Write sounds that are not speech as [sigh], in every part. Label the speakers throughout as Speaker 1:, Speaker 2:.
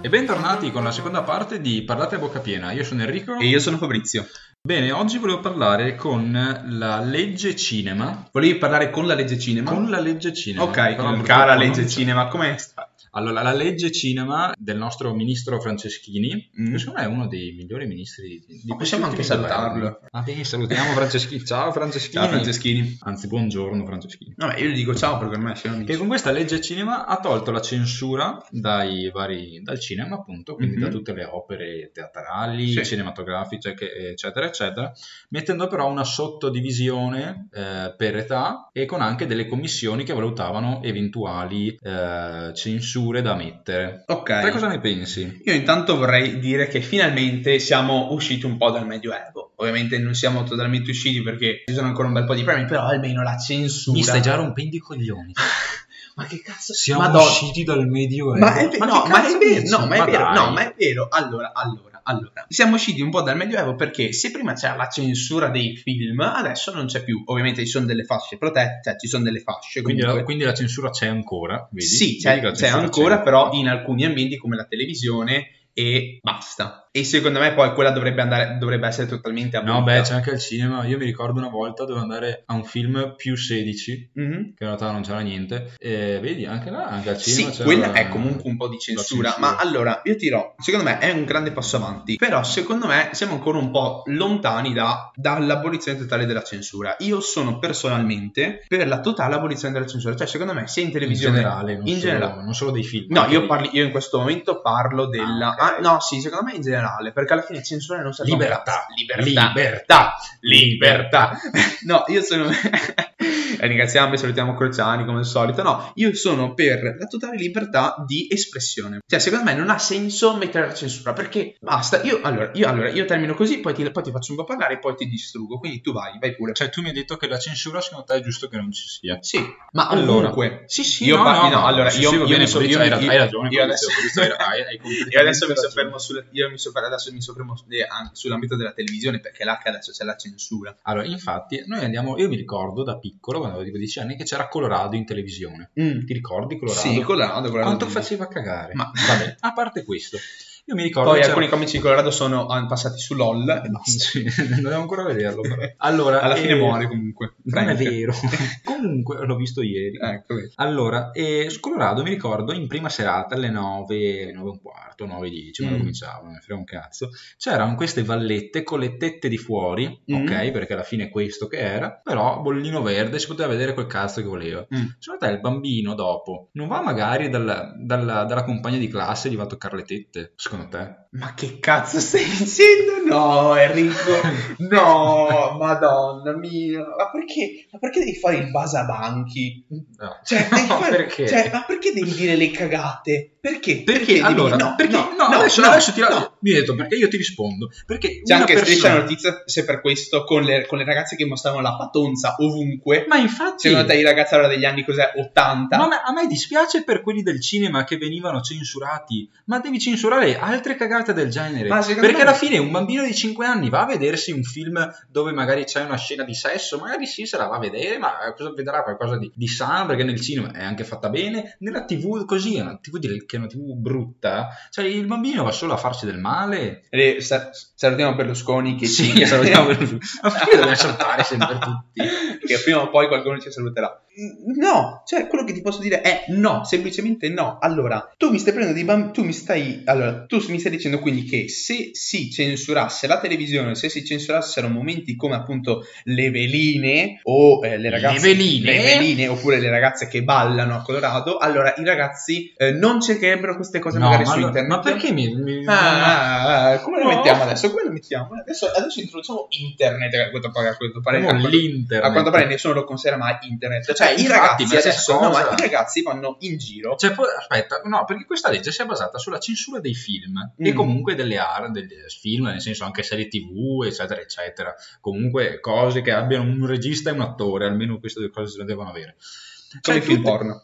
Speaker 1: E bentornati con la seconda parte di Parlate a bocca piena. Io sono Enrico.
Speaker 2: E io sono Fabrizio.
Speaker 1: Bene, oggi volevo parlare con la legge cinema.
Speaker 2: Volevi parlare con la legge cinema?
Speaker 1: Con la legge cinema.
Speaker 2: Ok,
Speaker 1: Però purtroppo
Speaker 2: cara
Speaker 1: non
Speaker 2: legge
Speaker 1: c'è.
Speaker 2: cinema, come sta?
Speaker 1: Allora, la legge cinema del nostro ministro Franceschini,
Speaker 2: Mm.
Speaker 1: che secondo me è uno dei migliori ministri di, di
Speaker 2: Ma possiamo
Speaker 1: questi
Speaker 2: anche
Speaker 1: ultimi
Speaker 2: salutarlo.
Speaker 1: governi. Ah, sì, salutiamo Franceschini. Ciao Franceschini.
Speaker 2: Ciao Franceschini.
Speaker 1: Anzi, buongiorno Franceschini.
Speaker 2: Vabbè, io gli dico ciao perché ormai siamo
Speaker 1: che
Speaker 2: amici.
Speaker 1: con questa legge cinema ha tolto la censura dai vari, dal cinema, appunto, quindi
Speaker 2: Mhm.
Speaker 1: da tutte le opere teatrali,
Speaker 2: Sì.
Speaker 1: cinematografiche, che- eccetera, eccetera, mettendo però una sottodivisione eh, per età e con anche delle commissioni che valutavano eventuali eh, censure da mettere. Te
Speaker 2: Ok.
Speaker 1: cosa ne pensi?
Speaker 2: Io intanto vorrei dire che finalmente siamo usciti un po' dal Medioevo. Ovviamente non siamo totalmente usciti perché ci sono ancora un bel po' di premi, però almeno la censura.
Speaker 1: rompendo i coglioni.
Speaker 2: [laughs] Ma che cazzo Madonna.
Speaker 1: dal medioevo.
Speaker 2: Ma è, ve- no,
Speaker 1: che
Speaker 2: ma è
Speaker 1: cazzo
Speaker 2: vero,
Speaker 1: dici?
Speaker 2: no, ma è vero,
Speaker 1: dai.
Speaker 2: no, ma è vero. Allora, allora, allora. Siamo usciti un po' dal Medioevo perché se prima c'era la censura dei film, adesso non c'è più. Ovviamente ci sono delle fasce protette, cioè ci sono delle fasce.
Speaker 1: Quindi
Speaker 2: Comunque.
Speaker 1: la, quindi la censura c'è ancora, vedi?
Speaker 2: sì,
Speaker 1: Vedi
Speaker 2: c'è,
Speaker 1: che la
Speaker 2: c'è
Speaker 1: censura
Speaker 2: ancora,
Speaker 1: c'è.
Speaker 2: però in alcuni ambienti come la televisione e basta. E secondo me poi quella dovrebbe, andare, dovrebbe essere totalmente abolita.
Speaker 1: No, beh, c'è anche al cinema. Io mi ricordo una volta dovevo andare a un film più 16,
Speaker 2: Mhm.
Speaker 1: che in realtà non c'era niente. E vedi, anche là, anche al
Speaker 2: Sì,
Speaker 1: cinema. c'era
Speaker 2: quella
Speaker 1: la-
Speaker 2: è comunque un po' di
Speaker 1: la
Speaker 2: censura, ma allora io dirò, secondo me è un grande passo avanti, però secondo me siamo ancora un po' lontani da- dall'abolizione totale della censura. Io sono personalmente per la totale abolizione della censura, cioè secondo me se in
Speaker 1: in
Speaker 2: televisione...
Speaker 1: generale, non,
Speaker 2: in
Speaker 1: solo,
Speaker 2: generale.
Speaker 1: non solo dei film.
Speaker 2: No,
Speaker 1: anche
Speaker 2: io,
Speaker 1: dei-
Speaker 2: parli- io in questo momento parlo della...
Speaker 1: Ah, ok.
Speaker 2: ah, no, sì, secondo me in generale, perché alla fine censura non serve... a un
Speaker 1: Libertà,
Speaker 2: cazzo.
Speaker 1: libertà,
Speaker 2: libertà, libertà. [laughs] No, io sono... [laughs] Eh, Ringraziamo e salutiamo Crociani come al solito. No, io sono per la totale libertà di espressione. Cioè, secondo me non ha senso mettere la censura perché basta. Io allora, io, allora, io termino così, poi ti, poi ti faccio un po' parlare e poi ti distrugo. Quindi tu vai, vai pure.
Speaker 1: Cioè, tu mi hai detto che la censura secondo te è giusto che non ci sia.
Speaker 2: Sì, ma
Speaker 1: Allora.
Speaker 2: comunque, sì, sì,
Speaker 1: Io
Speaker 2: io
Speaker 1: parlo-
Speaker 2: parlo, no, allora,
Speaker 1: sì,
Speaker 2: io,
Speaker 1: sì, va
Speaker 2: io
Speaker 1: bene,
Speaker 2: mi so-
Speaker 1: Fabrizio,
Speaker 2: io
Speaker 1: hai
Speaker 2: mi-
Speaker 1: ra- hai ragione,
Speaker 2: Io
Speaker 1: Fabrizio,
Speaker 2: adesso,
Speaker 1: Fabrizio, hai ra- hai- hai completamente
Speaker 2: io adesso mi
Speaker 1: ragione.
Speaker 2: soffermo sul- io mi soffer- adesso mi soffermo su- eh, anche sull'ambito della televisione perché là che adesso c'è la censura.
Speaker 1: Allora, infatti, noi andiamo. Io mi ricordo da piccolo, quando avevo 10 anni, che c'era Colorado in televisione. Ti ricordi Colorado?
Speaker 2: Sì, Colorado, Colorado.
Speaker 1: Quanto faceva cagare?
Speaker 2: [laughs] Ma-
Speaker 1: Vabbè, a parte questo, io mi ricordo.
Speaker 2: Poi
Speaker 1: c'era-
Speaker 2: alcuni comici di Colorado sono ah, passati su LOL e [laughs] basta.
Speaker 1: Sì, [laughs] non devo ancora vederlo. però. Allora,
Speaker 2: Alla [laughs] fine
Speaker 1: eh,
Speaker 2: muore comunque.
Speaker 1: Non è
Speaker 2: Frank.
Speaker 1: vero. Comunque l'ho visto ieri.
Speaker 2: [laughs] Ecco, vedi.
Speaker 1: Allora, eh, su Colorado mi ricordo in prima serata alle 9, 9 e un quarto, 9 e 10, quando
Speaker 2: Mm.
Speaker 1: cominciavano, mi frega un cazzo, c'erano queste vallette con le tette di fuori,
Speaker 2: Mm.
Speaker 1: ok, perché alla fine è questo che era, però bollino verde, si poteva vedere quel cazzo che voleva.
Speaker 2: Mm.
Speaker 1: Secondo te il bambino dopo non va magari dalla, dalla- dalla compagna di classe e gli va a toccare le tette, secondo te?
Speaker 2: Ma che cazzo stai dicendo? No, Enrico. [laughs] No, [laughs] madonna mia. Ma perché, ma perché devi fare il basabanchi?
Speaker 1: No.
Speaker 2: [laughs] Cioè,
Speaker 1: [laughs]
Speaker 2: devi
Speaker 1: No,
Speaker 2: fare-
Speaker 1: perché?
Speaker 2: cioè, ma perché devi dire le cagate? Perché?
Speaker 1: Perché,
Speaker 2: devi-
Speaker 1: allora,
Speaker 2: no,
Speaker 1: perché,
Speaker 2: no,
Speaker 1: no,
Speaker 2: no,
Speaker 1: adesso,
Speaker 2: no,
Speaker 1: adesso ti la-
Speaker 2: no.
Speaker 1: mi hai detto perché io ti rispondo. Perché
Speaker 2: C'è
Speaker 1: una
Speaker 2: anche striscia
Speaker 1: persona...
Speaker 2: notizia se per questo con le, con le ragazze che mostravano la patonza ovunque.
Speaker 1: Ma infatti,
Speaker 2: Secondo te i ragazzi allora degli anni cos'è? 80?
Speaker 1: ma a me- a me dispiace per quelli del cinema che venivano censurati, ma devi censurare altre cagate del genere.
Speaker 2: Ma secondo
Speaker 1: Perché
Speaker 2: me-
Speaker 1: alla fine un bambino di 5 anni va a vedersi un film dove magari c'è una scena di sesso, magari sì se la va a vedere, ma eh, cosa vedrà qualcosa di, di sano perché nel cinema è anche fatta bene, nella tv così, è una tv di- che è una tv brutta, cioè il bambino va solo a farsi del male.
Speaker 2: Eh, sa- salutiamo Berlusconi che
Speaker 1: Sì,
Speaker 2: ci-
Speaker 1: salutiamo Berlusconi. [laughs] Ma perché dobbiamo salutare sempre tutti?
Speaker 2: Che prima o poi qualcuno ci saluterà. No, cioè quello che ti posso dire è no, semplicemente no. Allora, tu mi stai prendendo dei bambini, tu mi stai allora, tu mi stai dicendo quindi che se si censurasse la televisione, se si censurassero momenti come appunto le veline o eh, le ragazze
Speaker 1: Le veline?
Speaker 2: le veline, oppure le ragazze che ballano a Colorado, allora i ragazzi eh, non cercherebbero queste cose magari
Speaker 1: ma
Speaker 2: su
Speaker 1: allora-
Speaker 2: internet.
Speaker 1: Ma perché mi... mi-
Speaker 2: Ah, come lo
Speaker 1: No.
Speaker 2: mettiamo adesso? Come lo mettiamo? Adesso, adesso introduciamo internet, che a quanto pare, a quanto pare,
Speaker 1: Mo'
Speaker 2: a quanto-
Speaker 1: l'internet.
Speaker 2: a quanto pare nessuno lo considera mai internet. Cioè, i
Speaker 1: Eh, Infatti,
Speaker 2: ragazzi
Speaker 1: ma se
Speaker 2: adesso, no, ma
Speaker 1: cosa-
Speaker 2: i ragazzi vanno in giro.
Speaker 1: Cioè, poi- aspetta, no, perché questa legge si è basata sulla censura dei film
Speaker 2: Mm.
Speaker 1: e comunque delle aree, dei film, nel senso anche serie TV, eccetera, eccetera. Comunque cose che abbiano un regista e un attore, almeno queste due cose se le devono avere. Cioè,
Speaker 2: Come i film
Speaker 1: tutte-
Speaker 2: porno.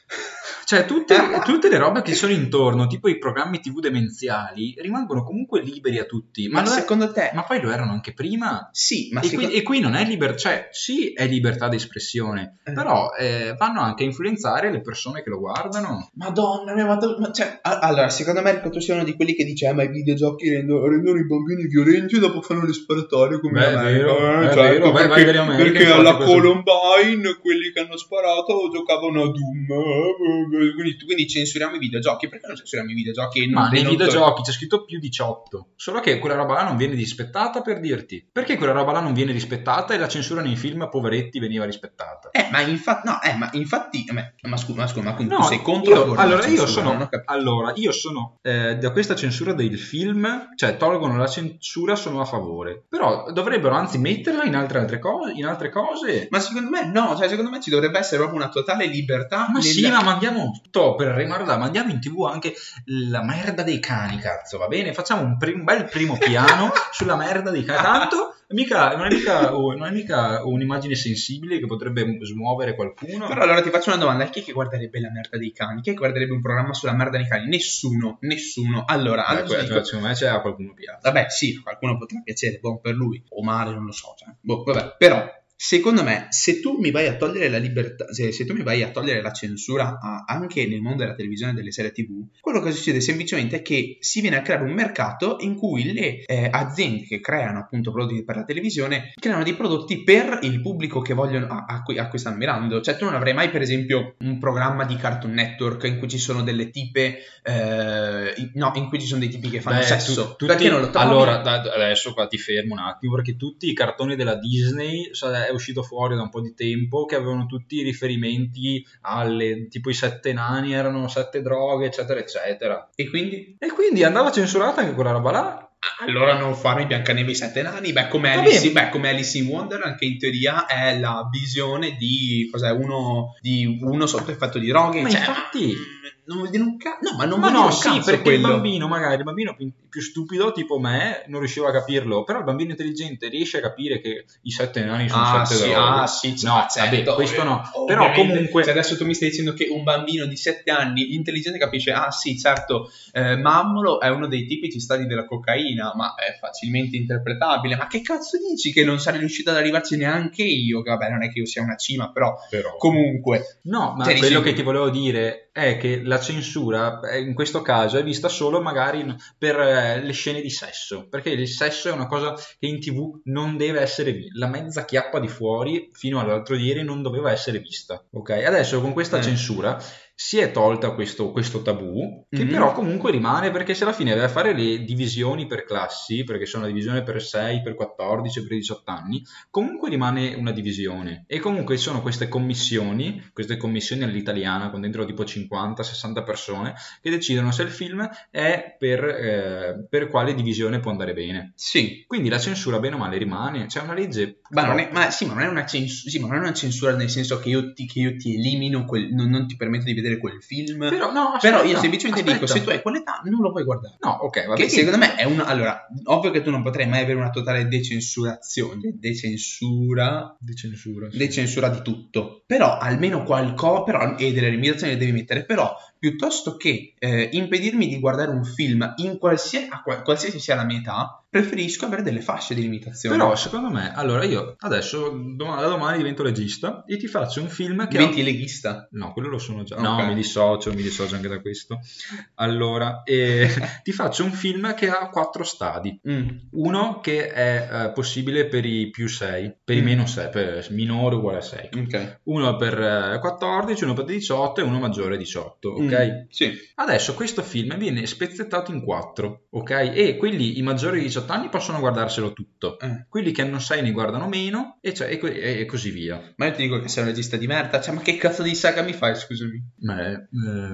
Speaker 1: Cioè,
Speaker 2: [laughs]
Speaker 1: tutte, tutte le robe che sono intorno, tipo i programmi TV demenziali, rimangono comunque liberi a tutti.
Speaker 2: Ma,
Speaker 1: Ma, lo è-
Speaker 2: secondo te?
Speaker 1: ma poi lo erano anche prima.
Speaker 2: Sì, ma
Speaker 1: e,
Speaker 2: secondo
Speaker 1: qui, e qui non è libertà, cioè sì è libertà di espressione,
Speaker 2: Eh.
Speaker 1: però eh, vanno anche a influenzare le persone che lo guardano.
Speaker 2: Madonna mia, madonna, ma cioè, a- allora, secondo me tu sei uno di quelli che dice, eh, ma i videogiochi rendo- rendono i bambini violenti e dopo fanno le sparatorie come
Speaker 1: Beh,
Speaker 2: in
Speaker 1: è
Speaker 2: America.
Speaker 1: vero,
Speaker 2: Eh,
Speaker 1: è
Speaker 2: certo,
Speaker 1: vero, vai-
Speaker 2: perché,
Speaker 1: vai delle Americhe,
Speaker 2: perché
Speaker 1: infatti,
Speaker 2: alla
Speaker 1: questo-
Speaker 2: Columbine quelli che hanno sparato giocavano a Doom. eh, Quindi, quindi censuriamo i videogiochi. Perché non censuriamo i videogiochi? e non-
Speaker 1: Ma nei
Speaker 2: non-
Speaker 1: videogiochi c'è scritto più 18, solo che quella roba là non viene rispettata per dirti. Perché quella roba là non viene rispettata e la censura nei film poveretti veniva rispettata?
Speaker 2: Eh, ma infatti, no, eh, ma infatti, ma, ma scusa, ma scusa, ma quindi
Speaker 1: No,
Speaker 2: tu sei contro la
Speaker 1: io-
Speaker 2: forma di
Speaker 1: allora, io
Speaker 2: censura,
Speaker 1: sono,
Speaker 2: non ho capito.
Speaker 1: allora, io sono eh, da questa censura del film, cioè tolgono la censura, sono a favore. Però dovrebbero anzi metterla in altre, altre cose, in altre cose.
Speaker 2: Ma secondo me no, cioè secondo me ci dovrebbe essere proprio una totale libertà
Speaker 1: Ma
Speaker 2: nel-
Speaker 1: sì, ma mandiamo tutto per rimardare, mandiamo in tv anche la merda dei cani, cazzo, va bene? Facciamo un, prim- bel primo piano
Speaker 2: [laughs]
Speaker 1: sulla merda dei cani. Tanto mica- non, è mica, oh, non è mica un'immagine sensibile che potrebbe smuovere qualcuno.
Speaker 2: Però allora ti faccio una domanda: chi è che guarderebbe la merda dei cani? Chi è che guarderebbe un programma sulla merda dei cani? Nessuno, nessuno. Allora,
Speaker 1: Beh,
Speaker 2: allora ti
Speaker 1: que-
Speaker 2: dico-
Speaker 1: secondo me c'è a qualcuno piazza.
Speaker 2: vabbè, sì, a qualcuno potrà piacere, buon per lui, o male, non lo so. cioè, boh, vabbè. Però, secondo me, se tu mi vai a togliere la libertà, se, se tu mi vai a togliere la censura a- anche nel mondo della televisione e delle serie TV, quello che succede semplicemente è che si viene a creare un mercato in cui le eh, aziende che creano appunto prodotti per la televisione creano dei prodotti per il pubblico che vogliono a, a cui, a cui stanno mirando. Cioè, tu non avrai mai, per esempio, un programma di Cartoon Network in cui ci sono delle tipe, eh, in- no, in cui ci sono dei tipi che fanno
Speaker 1: Beh,
Speaker 2: sesso.
Speaker 1: tu- tutti-
Speaker 2: perché non lo trovi?
Speaker 1: Allora, da- adesso qua ti fermo un attimo perché tutti i cartoni della Disney sa- è uscito fuori da un po' di tempo che avevano tutti i riferimenti alle tipo i sette nani erano sette droghe, eccetera, eccetera.
Speaker 2: E quindi?
Speaker 1: E quindi andava censurata anche quella roba là.
Speaker 2: Allora non fare i Biancaneve e i Sette Nani, beh come,
Speaker 1: Va
Speaker 2: Alice,
Speaker 1: bene.
Speaker 2: beh come Alice in Wonderland che in teoria è la visione di, cos'è, uno, di uno sotto effetto di droghe.
Speaker 1: Ma
Speaker 2: cioè,
Speaker 1: infatti-
Speaker 2: ma- Non vuol dire un cazzo, no ma non
Speaker 1: Ma
Speaker 2: vuol dire
Speaker 1: no,
Speaker 2: un
Speaker 1: sì,
Speaker 2: cazzo
Speaker 1: perché il
Speaker 2: quello.
Speaker 1: bambino, magari il bambino più, più stupido, tipo me, non riusciva a capirlo. Però il bambino intelligente riesce a capire che i sette nani sono
Speaker 2: Ah
Speaker 1: sette
Speaker 2: sì,
Speaker 1: droghe.
Speaker 2: ah sì, c-
Speaker 1: No,
Speaker 2: ma certo,
Speaker 1: vabbè, questo no.
Speaker 2: ovvio-
Speaker 1: Però
Speaker 2: ovviamente.
Speaker 1: comunque-
Speaker 2: Se adesso tu mi stai dicendo che un bambino di 7 anni intelligente capisce, ah sì, certo, eh, Mammolo è uno dei tipici stadi della cocaina, ma è facilmente interpretabile. Ma che cazzo dici che non sarei riuscito ad arrivarci neanche io? Che Vabbè, non è che io sia una cima, però
Speaker 1: Però.
Speaker 2: comunque...
Speaker 1: No, ma
Speaker 2: Cioè,
Speaker 1: quello
Speaker 2: dici-
Speaker 1: che ti volevo dire è che la censura eh, in questo caso è vista solo magari in- per eh, le scene di sesso, perché il sesso è una cosa che in tv non deve essere vista, la mezza chiappa di fuori fino all'altro ieri non doveva essere vista, ok? Adesso con questa
Speaker 2: Mm.
Speaker 1: censura si è tolta questo, questo tabù, che
Speaker 2: Mhm.
Speaker 1: però comunque rimane perché se alla fine vai a fare le divisioni per classi, perché sono la divisione per 6, per 14, per 18 anni, comunque rimane una divisione e comunque ci sono queste commissioni, queste commissioni all'italiana con dentro tipo 50-60 persone che decidono se il film è per, eh, per quale divisione può andare bene.
Speaker 2: Sì,
Speaker 1: Quindi la censura bene o male rimane, c'è una legge...
Speaker 2: ma non è, ma sì, ma non è una censura, sì, ma non è una censura nel senso che io ti, che io ti elimino, quel- non, non ti permetto di vedere quel film. Però,
Speaker 1: Però, no, aspetta,
Speaker 2: io semplicemente dico,
Speaker 1: aspetta.
Speaker 2: se tu hai quell'età non lo puoi guardare.
Speaker 1: No, ok, va
Speaker 2: Che
Speaker 1: bene.
Speaker 2: secondo me è una. Allora, ovvio che tu non potrai mai avere una totale decensurazione, decensura,
Speaker 1: Di censura. sì.
Speaker 2: decensura di tutto. Però almeno qualcosa, però, e delle limitazioni le devi mettere. Però, piuttosto che eh, impedirmi di guardare un film in qualsiasi, a qual- qualsiasi sia la mia età, preferisco avere delle fasce di limitazione.
Speaker 1: Però secondo me, allora io adesso doma- da domani divento regista e ti faccio un film che... ha-
Speaker 2: diventi leghista.
Speaker 1: No, quello lo sono già.
Speaker 2: Ok.
Speaker 1: No, mi dissocio, mi dissocio anche da questo. Allora, eh, [laughs] ti faccio un film che ha quattro stadi.
Speaker 2: Mm.
Speaker 1: Uno che è eh, possibile per i più 6, per i
Speaker 2: Mm.
Speaker 1: meno 6, per minore uguale a 6.
Speaker 2: Ok.
Speaker 1: Uno per eh, 14, uno per 18 e uno maggiore a 18, ok?
Speaker 2: Mm, Sì.
Speaker 1: Adesso questo film viene spezzettato in quattro, ok? E quelli, i maggiori di 18 anni, possono guardarselo tutto.
Speaker 2: Eh.
Speaker 1: Quelli che hanno 6 ne guardano meno e, cioè- e que- e- e così via.
Speaker 2: Ma io ti dico che sei un regista di merda. Cioè, ma che cazzo di saga mi fai? Scusami.
Speaker 1: Ma eh,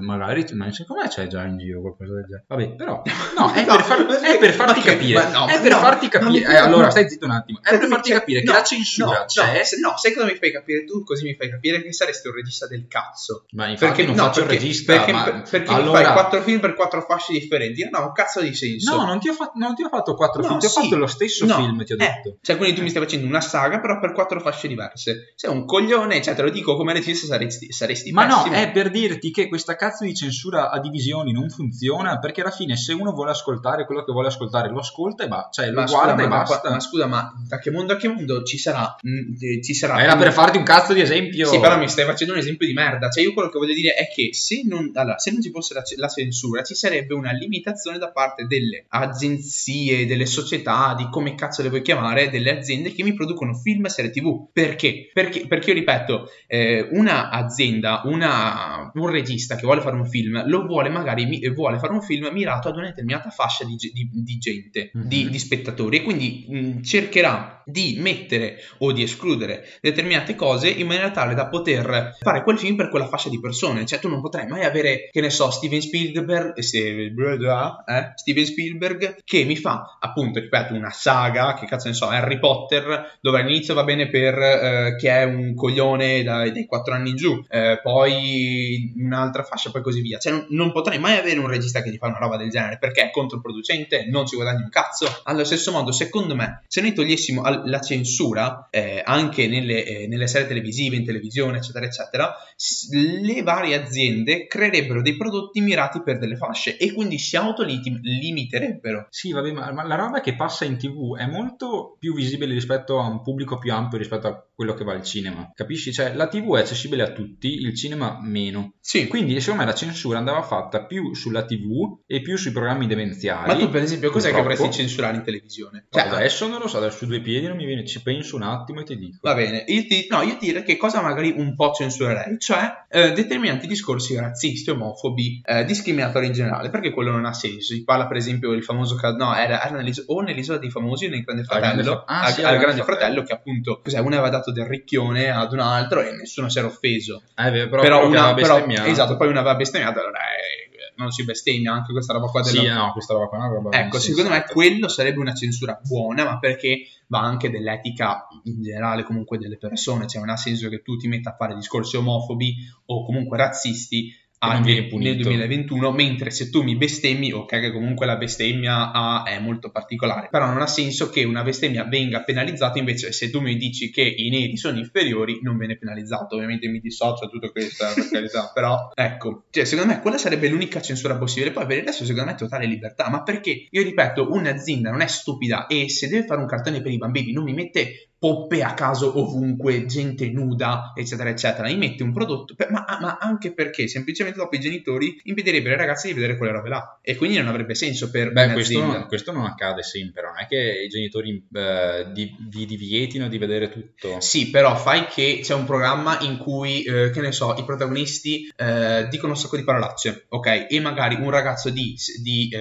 Speaker 1: magari, ma secondo me c'è già in giro qualcosa del genere. Vabbè,
Speaker 2: [laughs]
Speaker 1: però, no, è,
Speaker 2: No,
Speaker 1: per, far-
Speaker 2: ma-
Speaker 1: è per farti
Speaker 2: [laughs] ma che-
Speaker 1: capire.
Speaker 2: ma no,
Speaker 1: è
Speaker 2: ma
Speaker 1: per
Speaker 2: no,
Speaker 1: farti
Speaker 2: ma mi-
Speaker 1: capire. eh, allora,
Speaker 2: no.
Speaker 1: stai zitto un attimo. È per farti capire che
Speaker 2: No,
Speaker 1: la censura
Speaker 2: no,
Speaker 1: c'è.
Speaker 2: No, se- no, sai cosa mi fai capire tu? Così mi fai capire che saresti un regista del cazzo.
Speaker 1: Ma infatti non
Speaker 2: no,
Speaker 1: faccio il
Speaker 2: perché-
Speaker 1: regista.
Speaker 2: perché,
Speaker 1: ma
Speaker 2: perché mi
Speaker 1: allora,
Speaker 2: fai quattro film per quattro fasce differenti. Io non ho un cazzo di senso.
Speaker 1: No, non ti, ho fatto, non ti ho fatto quattro quattro film.
Speaker 2: No,
Speaker 1: Ti ho
Speaker 2: sì.
Speaker 1: fatto lo stesso
Speaker 2: No.
Speaker 1: film, ti ho
Speaker 2: Eh,
Speaker 1: detto.
Speaker 2: cioè, quindi tu mi stai facendo una saga, però per quattro fasce diverse. Sei un coglione, cioè, te lo dico come regista saresti, saresti
Speaker 1: Ma no, eh,
Speaker 2: pessimo.
Speaker 1: è per dirti che questa cazzo di censura a divisioni non funziona perché alla fine se uno vuole ascoltare quello che vuole ascoltare lo ascolta e va, cioè lo
Speaker 2: Ma scusa,
Speaker 1: guarda
Speaker 2: ma,
Speaker 1: e
Speaker 2: ma-
Speaker 1: basta.
Speaker 2: ma scusa, ma da che mondo a che mondo ci sarà? mm, eh, ci sarà
Speaker 1: Era
Speaker 2: mm,
Speaker 1: per farti un cazzo di esempio.
Speaker 2: Sì, però mi stai facendo un esempio di merda. Cioè, io quello che voglio dire è che se non, allora, se non ci fosse la, ce- la censura, ci sarebbe una limitazione da parte delle agenzie, delle società, di come cazzo le vuoi chiamare, delle aziende che mi producono film e serie TV. Perché? Perché, perché io ripeto, eh, una azienda, una- un regista che vuole fare un film, lo vuole magari mi- vuole fare un film mirato ad una determinata fascia di, ge- di- di gente, di,
Speaker 1: Mhm.
Speaker 2: di spettatori, e quindi mh, cercherà di mettere o di escludere determinate cose in maniera tale da poter fare quel film per quella fascia di persone. Cioè, tu non potrai mai avere, che ne so, Steven Spielberg, eh, se- eh, Steven Spielberg che mi fa appunto, ripeto, una saga, che cazzo ne so, Harry Potter, dove all'inizio va bene per eh, chi è un coglione dai, dai 4 anni in giù, eh, poi un'altra fascia, poi così via. Cioè, non, non potrai mai avere un regista che ti fa una roba del genere perché è controproducente, non ci guadagni un cazzo. Allo stesso modo, secondo me, se noi togliessimo al- la censura eh, anche nelle, eh, nelle serie televisive, in televisione, eccetera, eccetera, s- le varie aziende creerebbero dei prodotti mirati per delle fasce e quindi si autolimiterebbero.
Speaker 1: Sì, vabbè, ma, ma la roba che passa in tv è molto più visibile rispetto a un pubblico più ampio rispetto a quello che va al cinema. Capisci? Cioè, la tv è accessibile a tutti, il cinema meno.
Speaker 2: Sì,
Speaker 1: Quindi, secondo me, la censura andava fatta più sulla tv e più sui programmi demenziali.
Speaker 2: ma tu per esempio cos'è che
Speaker 1: purtroppo-
Speaker 2: vorresti censurare in televisione?
Speaker 1: Cioè,
Speaker 2: Cioè,
Speaker 1: adesso non lo so, adesso su due piedi non mi viene, ci penso un attimo e ti dico.
Speaker 2: Va bene, io, ti, no, io direi che cosa magari un po' censurerei, cioè eh, determinati discorsi razzisti, omofobi, eh, discriminatori in generale, perché quello non ha senso. Si parla per esempio del famoso caso, no, era, era nell'is- o nell'isola dei famosi o nel Grande
Speaker 1: Al Grande
Speaker 2: Fratello,
Speaker 1: Fra- ah,
Speaker 2: al,
Speaker 1: sì,
Speaker 2: al
Speaker 1: al
Speaker 2: Grande
Speaker 1: Grande
Speaker 2: fratello,
Speaker 1: Fratello.
Speaker 2: che appunto, cos'è, uno aveva dato del ricchione ad un altro e nessuno si era offeso.
Speaker 1: Eh, beh, però,
Speaker 2: Però,
Speaker 1: quello che
Speaker 2: una,
Speaker 1: aveva
Speaker 2: però-
Speaker 1: bestemmiato-
Speaker 2: esatto, poi una aveva bestemmiato, allora eh, non si bestemmia anche questa roba qua della...
Speaker 1: Sì, no, questa roba qua è una roba
Speaker 2: Ecco, secondo me
Speaker 1: insensata.
Speaker 2: quello sarebbe una censura buona, ma perché va anche dell'etica in generale comunque delle persone, cioè non ha senso che tu ti metta a fare discorsi omofobi o comunque razzisti
Speaker 1: non
Speaker 2: anche
Speaker 1: vieni
Speaker 2: nel
Speaker 1: punito.
Speaker 2: 2021, mentre se tu mi bestemmi, ok che comunque la bestemmia ha- è molto particolare, però non ha senso che una bestemmia venga penalizzata, invece se tu mi dici che i neri sono inferiori non viene penalizzato, ovviamente mi dissocio da tutto questo, eh, per carità, però ecco, cioè, secondo me quella sarebbe l'unica censura possibile, poi per il resto secondo me è totale libertà, ma perché io ripeto, un'azienda non è stupida e se deve fare un cartone per i bambini non mi mette poppe a caso ovunque, gente nuda, eccetera, eccetera. Mi mette un prodotto, per- ma, ma anche perché semplicemente dopo i genitori impedirebbero ai ragazzi di vedere quelle robe là e quindi non avrebbe senso per
Speaker 1: Beh, questo
Speaker 2: un'azienda.
Speaker 1: non, questo non accade sempre, non è che i genitori eh, di- vi divietino di vedere tutto.
Speaker 2: Sì, però fai che c'è un programma in cui, eh, che ne so, i protagonisti eh, dicono un sacco di parolacce, ok? E magari un ragazzo di,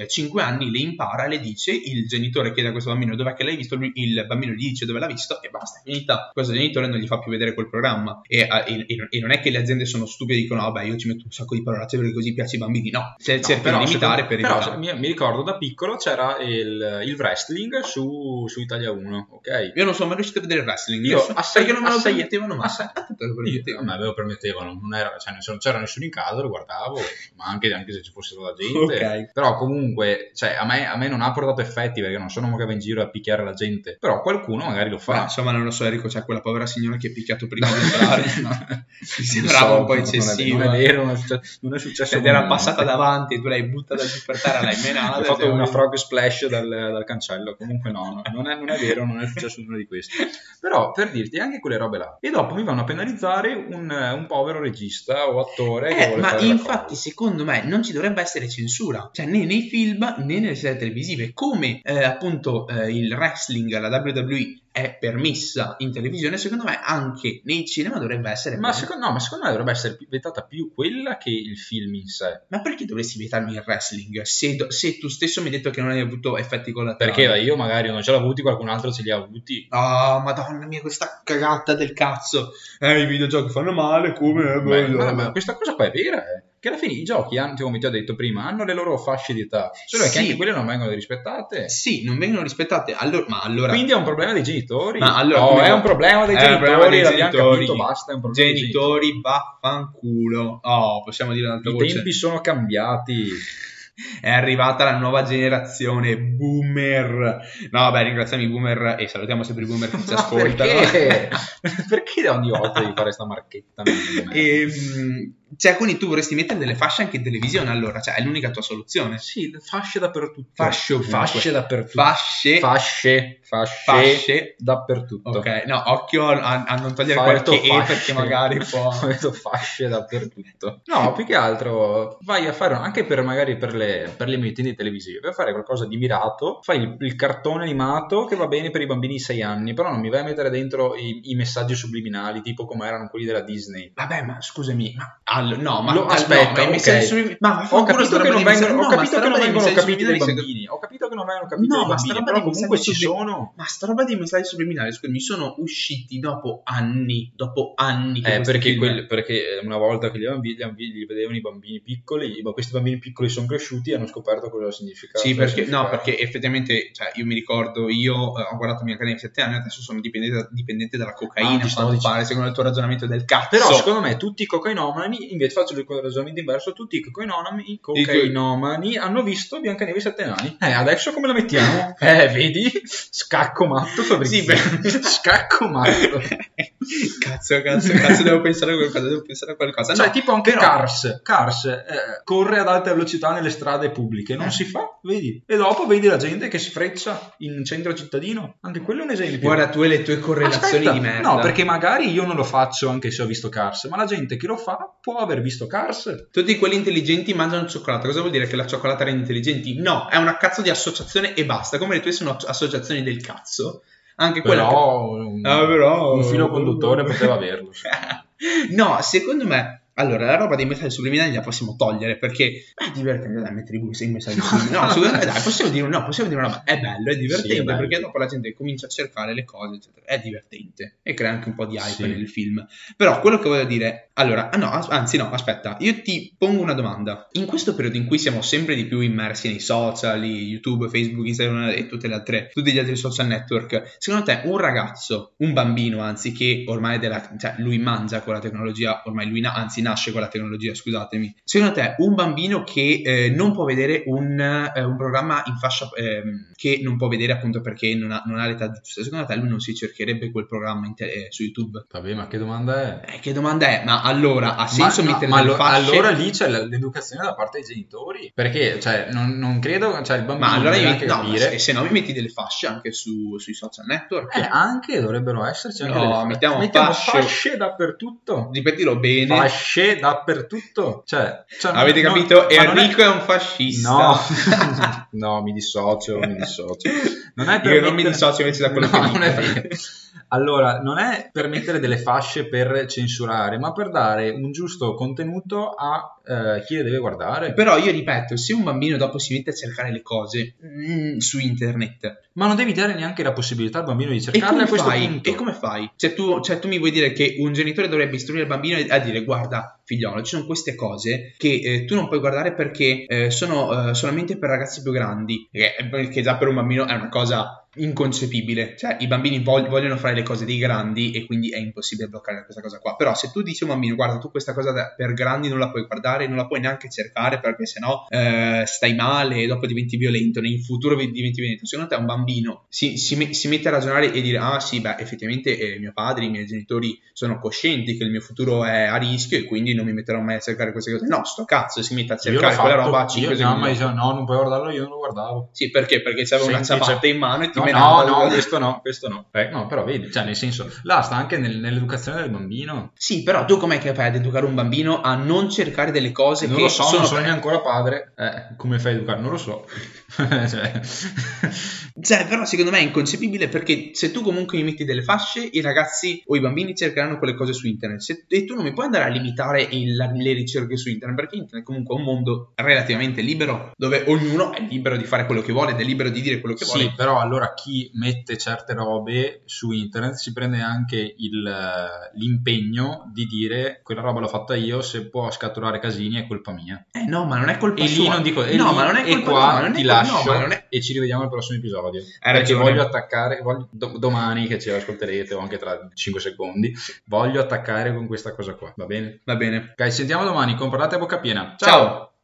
Speaker 2: 5 anni le impara, le dice, il genitore chiede a questo bambino dov'è che l'hai visto, lui- il bambino gli dice dove l'ha visto e basta, è finita. Questo genitore non gli fa più vedere quel programma. E, ah, e- e- e non è che le aziende sono stupide e dicono, vabbè, io ci metto un sacco di parolacce perché così piace ai bambini. No, se,
Speaker 1: No,
Speaker 2: cerchi
Speaker 1: però
Speaker 2: di limitare
Speaker 1: secondo-
Speaker 2: per
Speaker 1: però
Speaker 2: evitare.
Speaker 1: mi, mi ricordo da piccolo c'era il, il wrestling su, su Italia 1, ok?
Speaker 2: Io non sono mai riuscito a vedere il wrestling,
Speaker 1: Io
Speaker 2: nessuno-
Speaker 1: assai-
Speaker 2: perché non me lo
Speaker 1: assai-
Speaker 2: permettevano mai.
Speaker 1: assai-
Speaker 2: Ah, tanto lo
Speaker 1: Io, a
Speaker 2: permettevano.
Speaker 1: me lo permettevano, non, era- cioè, non c'era nessuno in casa, lo guardavo, ma anche, anche se ci fosse la gente.
Speaker 2: [laughs] Ok.
Speaker 1: Però comunque, cioè, a, me, a me non ha portato effetti perché non sono uno che va in giro a picchiare la gente. Però qualcuno magari lo
Speaker 2: Ma
Speaker 1: fa.
Speaker 2: insomma, non lo so, Enrico, c'è quella povera signora che ha picchiato prima
Speaker 1: [laughs]
Speaker 2: di entrare. no? [laughs] Mi
Speaker 1: Non
Speaker 2: sembrava
Speaker 1: so,
Speaker 2: un po'
Speaker 1: non è-
Speaker 2: eccessivo.
Speaker 1: Non è vero, non è successo, non è successo
Speaker 2: Ed era
Speaker 1: nulla.
Speaker 2: passata davanti, e tu l'hai buttata giù per terra, l'hai menata.
Speaker 1: Ho fatto
Speaker 2: cioè,
Speaker 1: una
Speaker 2: voglio-
Speaker 1: frog splash dal, dal cancello. Comunque, no, no, non, è, non è vero, non è successo nulla di questo. Però per dirti anche quelle robe là. E dopo mi vanno a penalizzare un, un povero regista o attore che
Speaker 2: Eh,
Speaker 1: vuole
Speaker 2: ma
Speaker 1: fare la
Speaker 2: infatti,
Speaker 1: cosa.
Speaker 2: secondo me, non ci dovrebbe essere censura, cioè né nei film né nelle serie televisive, come eh, appunto eh, il wrestling, la WWE è permessa in televisione, secondo me anche nei cinema dovrebbe essere
Speaker 1: Ma
Speaker 2: permessa.
Speaker 1: secondo, no, ma secondo me dovrebbe essere più- vietata più quella che il film in sé.
Speaker 2: Ma perché dovresti vietarmi il wrestling se, do- se tu stesso mi hai detto che non hai avuto effetti collaterali?
Speaker 1: Perché io magari non ce l'ho avuti, qualcun altro ce li ha avuti.
Speaker 2: Ah, madonna mia, questa cagata del cazzo. Eh, i videogiochi fanno male, come...
Speaker 1: Beh,
Speaker 2: eh, bello.
Speaker 1: ma- ma questa cosa qua è vera, eh. che alla fine i giochi, hanno, come ti ho detto prima, hanno le loro fasce di età, solo
Speaker 2: Sì.
Speaker 1: che anche quelle non vengono rispettate.
Speaker 2: Sì, non vengono rispettate. Allora, ma allora...
Speaker 1: Quindi è un problema dei genitori.
Speaker 2: Ma allora,
Speaker 1: No,
Speaker 2: come-
Speaker 1: è un problema dei
Speaker 2: È un
Speaker 1: genitori.
Speaker 2: problema dei
Speaker 1: l'abbiamo
Speaker 2: genitori.
Speaker 1: capito, basta, è un problema dei
Speaker 2: Genitori, vaffanculo. Oh, possiamo dire un'altra
Speaker 1: genitori. I
Speaker 2: voce.
Speaker 1: tempi sono cambiati.
Speaker 2: [laughs] è arrivata la nuova generazione boomer. No, vabbè, ringraziamo i boomer e salutiamo sempre i boomer che ci
Speaker 1: Ma
Speaker 2: ascoltano. [laughs]
Speaker 1: Perché? perché ogni volta devi fare sta marchetta?
Speaker 2: E, mh, cioè, quindi tu vorresti mettere delle fasce anche in televisione, allora, cioè, è l'unica tua soluzione.
Speaker 1: Sì, fasce dappertutto.
Speaker 2: Fasce ovunque.
Speaker 1: Fasce dappertutto.
Speaker 2: Fasce,
Speaker 1: Fasce, fasce,
Speaker 2: fasce.
Speaker 1: dappertutto.
Speaker 2: Ok, no, occhio a, a non togliere
Speaker 1: Fai il tuo
Speaker 2: qualche E
Speaker 1: fasce.
Speaker 2: perché magari può...
Speaker 1: Ho detto fasce dappertutto. No, più che altro vai a fare anche per magari per le, per le emittenti televisive, per fare qualcosa di mirato, fai il, il cartone animato che va bene per i bambini di 6 anni, però non mi vai a mettere dentro i, i messaggi subliminali, tipo come erano quelli della Disney.
Speaker 2: Vabbè, ma scusami, ma allo- no, ma
Speaker 1: Lo-
Speaker 2: no,
Speaker 1: aspetta,
Speaker 2: ma i
Speaker 1: ok.
Speaker 2: messaggi subliminali- ma
Speaker 1: Ho capito che non vengono, ho
Speaker 2: no, ma
Speaker 1: capito
Speaker 2: sta
Speaker 1: che non
Speaker 2: roba dei
Speaker 1: vengono
Speaker 2: messaggi
Speaker 1: capiti i
Speaker 2: subliminali,
Speaker 1: bambini, ho capito che non vengono capiti
Speaker 2: No,
Speaker 1: i
Speaker 2: ma sta
Speaker 1: bambini,
Speaker 2: roba
Speaker 1: però
Speaker 2: dei
Speaker 1: comunque ci
Speaker 2: messaggi
Speaker 1: sono.
Speaker 2: Ma sta roba dei messaggi subliminali, scusami, sono usciti dopo anni, dopo anni. che
Speaker 1: Eh,
Speaker 2: questo
Speaker 1: perché,
Speaker 2: film-
Speaker 1: quel- perché una volta che li, bambi- li bambi- li vedevano i bambini piccoli, ma questi bambini piccoli sono cresciuti e hanno scoperto cosa significa.
Speaker 2: Sì,
Speaker 1: cosa
Speaker 2: perché, no,
Speaker 1: significava.
Speaker 2: perché effettivamente, cioè, io mi ricordo, io eh, ho guardato mia carriera di 7 anni, adesso sono dipendente, dipendente dalla
Speaker 1: Ah,
Speaker 2: cocaina,
Speaker 1: ti
Speaker 2: a
Speaker 1: stavo
Speaker 2: quanto
Speaker 1: dicendo.
Speaker 2: pare, secondo il tuo ragionamento del cazzo.
Speaker 1: Però
Speaker 2: [laughs]
Speaker 1: secondo me tutti i cocainomani, invece faccio il ragionamento inverso, tutti i cocainomani, i cocainomani hanno visto Biancaneve e i Sette Nani. Eh, adesso come la mettiamo? [laughs] Eh, vedi? Scacco matto, Fabrizio. [laughs]
Speaker 2: Sì, per-
Speaker 1: Scacco matto.
Speaker 2: cazzo, cazzo, cazzo, devo pensare a qualcosa, devo pensare a qualcosa.
Speaker 1: Cioè,
Speaker 2: No,
Speaker 1: tipo anche
Speaker 2: però-
Speaker 1: Cars, Cars eh, corre ad alta velocità nelle strade pubbliche, non
Speaker 2: Eh.
Speaker 1: si fa, vedi? E dopo vedi la gente che sfreccia in centro cittadino, anche quello è un esempio.
Speaker 2: guarda tu e le tue correlazioni
Speaker 1: Aspetta,
Speaker 2: di merda.
Speaker 1: No, perché magari io non lo faccio anche se ho visto Cars, ma la gente che lo fa può aver visto Cars.
Speaker 2: Tutti quelli intelligenti mangiano cioccolato. Cosa vuol dire che la cioccolata rende intelligenti? No, è una cazzo di associazione e basta. Come le tue sono associazioni del cazzo. Anche quella.
Speaker 1: Però, un,
Speaker 2: Ah, però-
Speaker 1: un filo conduttore poteva
Speaker 2: [laughs]
Speaker 1: averlo.
Speaker 2: no, secondo me. Allora, la roba dei messaggi subliminali la possiamo togliere perché è divertente da mettere i bus- i
Speaker 1: [laughs]
Speaker 2: messaggi subliminali. No, secondo me dai, possiamo dire no, possiamo dire una roba. È bello, è divertente
Speaker 1: Sì, è bello.
Speaker 2: perché dopo la gente comincia a cercare le cose, eccetera. È divertente e crea anche un po' di hype
Speaker 1: Sì.
Speaker 2: nel film. Però quello che voglio dire, allora, ah no, as- anzi no, aspetta, io ti pongo una domanda. In questo periodo in cui siamo sempre di più immersi nei social, i- YouTube, Facebook, Instagram e tutte le altre, tutti gli altri social network, secondo te un ragazzo, un bambino anzi, che ormai è della, cioè lui mangia con la tecnologia, ormai lui na- anzi nasce con la tecnologia, scusatemi, secondo te un bambino che eh, non può vedere un, eh, un programma in fascia, ehm, che non può vedere appunto perché non ha, non ha l'età giusta, secondo te lui non si cercherebbe quel programma in te- eh, su YouTube?
Speaker 1: Vabbè, ma che domanda è?
Speaker 2: Eh, che domanda è? Ma allora ha senso
Speaker 1: ma, no,
Speaker 2: mettere
Speaker 1: ma
Speaker 2: delle
Speaker 1: allo-
Speaker 2: fasce?
Speaker 1: allora lì c'è la- l'educazione da parte dei genitori perché cioè, non, non credo cioè, il bambino
Speaker 2: ma allora
Speaker 1: deve
Speaker 2: io-
Speaker 1: anche
Speaker 2: no, ma
Speaker 1: capire
Speaker 2: se, se no mi metti delle fasce anche su- sui social network.
Speaker 1: eh, anche dovrebbero esserci anche
Speaker 2: No,
Speaker 1: delle-
Speaker 2: mettiamo fasce.
Speaker 1: fasce dappertutto
Speaker 2: Ripetilo bene.
Speaker 1: fasce dappertutto cioè, cioè,
Speaker 2: Avete
Speaker 1: no,
Speaker 2: capito?
Speaker 1: ma non è-
Speaker 2: Enrico è... un fascista.
Speaker 1: [laughs] No, no, mi dissocio, mi
Speaker 2: [laughs]
Speaker 1: dissocio. Non è per
Speaker 2: Io non mi
Speaker 1: mettere-
Speaker 2: dissocio invece
Speaker 1: [laughs]
Speaker 2: da quello
Speaker 1: No,
Speaker 2: che
Speaker 1: non è
Speaker 2: dico.
Speaker 1: vero. Allora, non è per mettere delle fasce per censurare, ma per dare un giusto contenuto a eh, chi le deve guardare.
Speaker 2: Però io ripeto, se un bambino dopo si mette a cercare le cose mm, su internet,
Speaker 1: Ma non devi dare neanche la possibilità al bambino di
Speaker 2: e
Speaker 1: cercarle
Speaker 2: come,
Speaker 1: a questo
Speaker 2: fai?
Speaker 1: punto.
Speaker 2: e come fai? Cioè tu, cioè, tu mi vuoi dire che un genitore dovrebbe istruire il bambino a dire guarda figliolo, ci sono queste cose che eh, tu non puoi guardare perché eh, sono eh, solamente per ragazzi più grandi, che, eh, che già per un bambino è una cosa inconcepibile. Cioè i bambini vog- vogliono fare le cose dei grandi e quindi è impossibile bloccare questa cosa qua. Però se tu dici a un bambino guarda tu questa cosa da- per grandi non la puoi guardare, non la puoi neanche cercare perché sennò eh, stai male e dopo diventi violento, nel futuro vi- diventi violento. Secondo te un bambino si, si me- si mette a ragionare e dire ah sì beh effettivamente eh, mio padre, i miei genitori sono coscienti che il mio futuro è a rischio e quindi non mi metterò mai a cercare queste cose. No, sto cazzo, si mette a
Speaker 1: Io l'ho
Speaker 2: cercare quella
Speaker 1: fatto,
Speaker 2: roba a
Speaker 1: io-
Speaker 2: 5
Speaker 1: no,
Speaker 2: secondi.
Speaker 1: ma diceva, no, non puoi guardarlo, io non lo guardavo.
Speaker 2: Sì, perché? Perché c'aveva una
Speaker 1: Semplice.
Speaker 2: ciabatta in mano e ti
Speaker 1: No, no,
Speaker 2: menava
Speaker 1: no,
Speaker 2: dal-
Speaker 1: questo no, questo no. Eh, no, però vedi, cioè nel senso, là sta anche nel- nell'educazione del bambino.
Speaker 2: Sì, però tu com'è che fai ad educare un bambino a non cercare delle cose
Speaker 1: non
Speaker 2: che
Speaker 1: lo so,
Speaker 2: sono...
Speaker 1: non sono neanche ancora padre. Eh, come fai a educare? Non lo so.
Speaker 2: [laughs]
Speaker 1: Cioè,
Speaker 2: Cioè, però secondo me è inconcepibile perché se tu comunque gli metti delle fasce, i ragazzi o i bambini cercheranno quelle cose su internet Se- e tu non mi puoi andare a limitare il- la- le ricerche su internet perché internet comunque è un mondo relativamente libero dove ognuno è libero di fare quello che vuole ed è libero di dire quello che
Speaker 1: sì,
Speaker 2: vuole.
Speaker 1: però allora chi mette certe robe su internet si prende anche il, eh, l'impegno di dire quella roba l'ho fatta io, se può scaturare casini è colpa mia.
Speaker 2: Eh no, ma non è colpa
Speaker 1: E lì
Speaker 2: sua.
Speaker 1: non dico, e,
Speaker 2: no,
Speaker 1: lì-
Speaker 2: ma non è
Speaker 1: e
Speaker 2: colpa
Speaker 1: qua
Speaker 2: no, ma non è
Speaker 1: ti
Speaker 2: colpa-
Speaker 1: lascio
Speaker 2: No, ma non è...
Speaker 1: e ci rivediamo al prossimo episodio.
Speaker 2: Hai
Speaker 1: Perché
Speaker 2: ragione.
Speaker 1: voglio attaccare, voglio- do- domani che ce l'ascolterete o anche tra 5 secondi, voglio attaccare con questa cosa qua, va bene?
Speaker 2: Va bene.
Speaker 1: Ok, ci sentiamo domani, comprate a bocca piena.
Speaker 2: Ciao.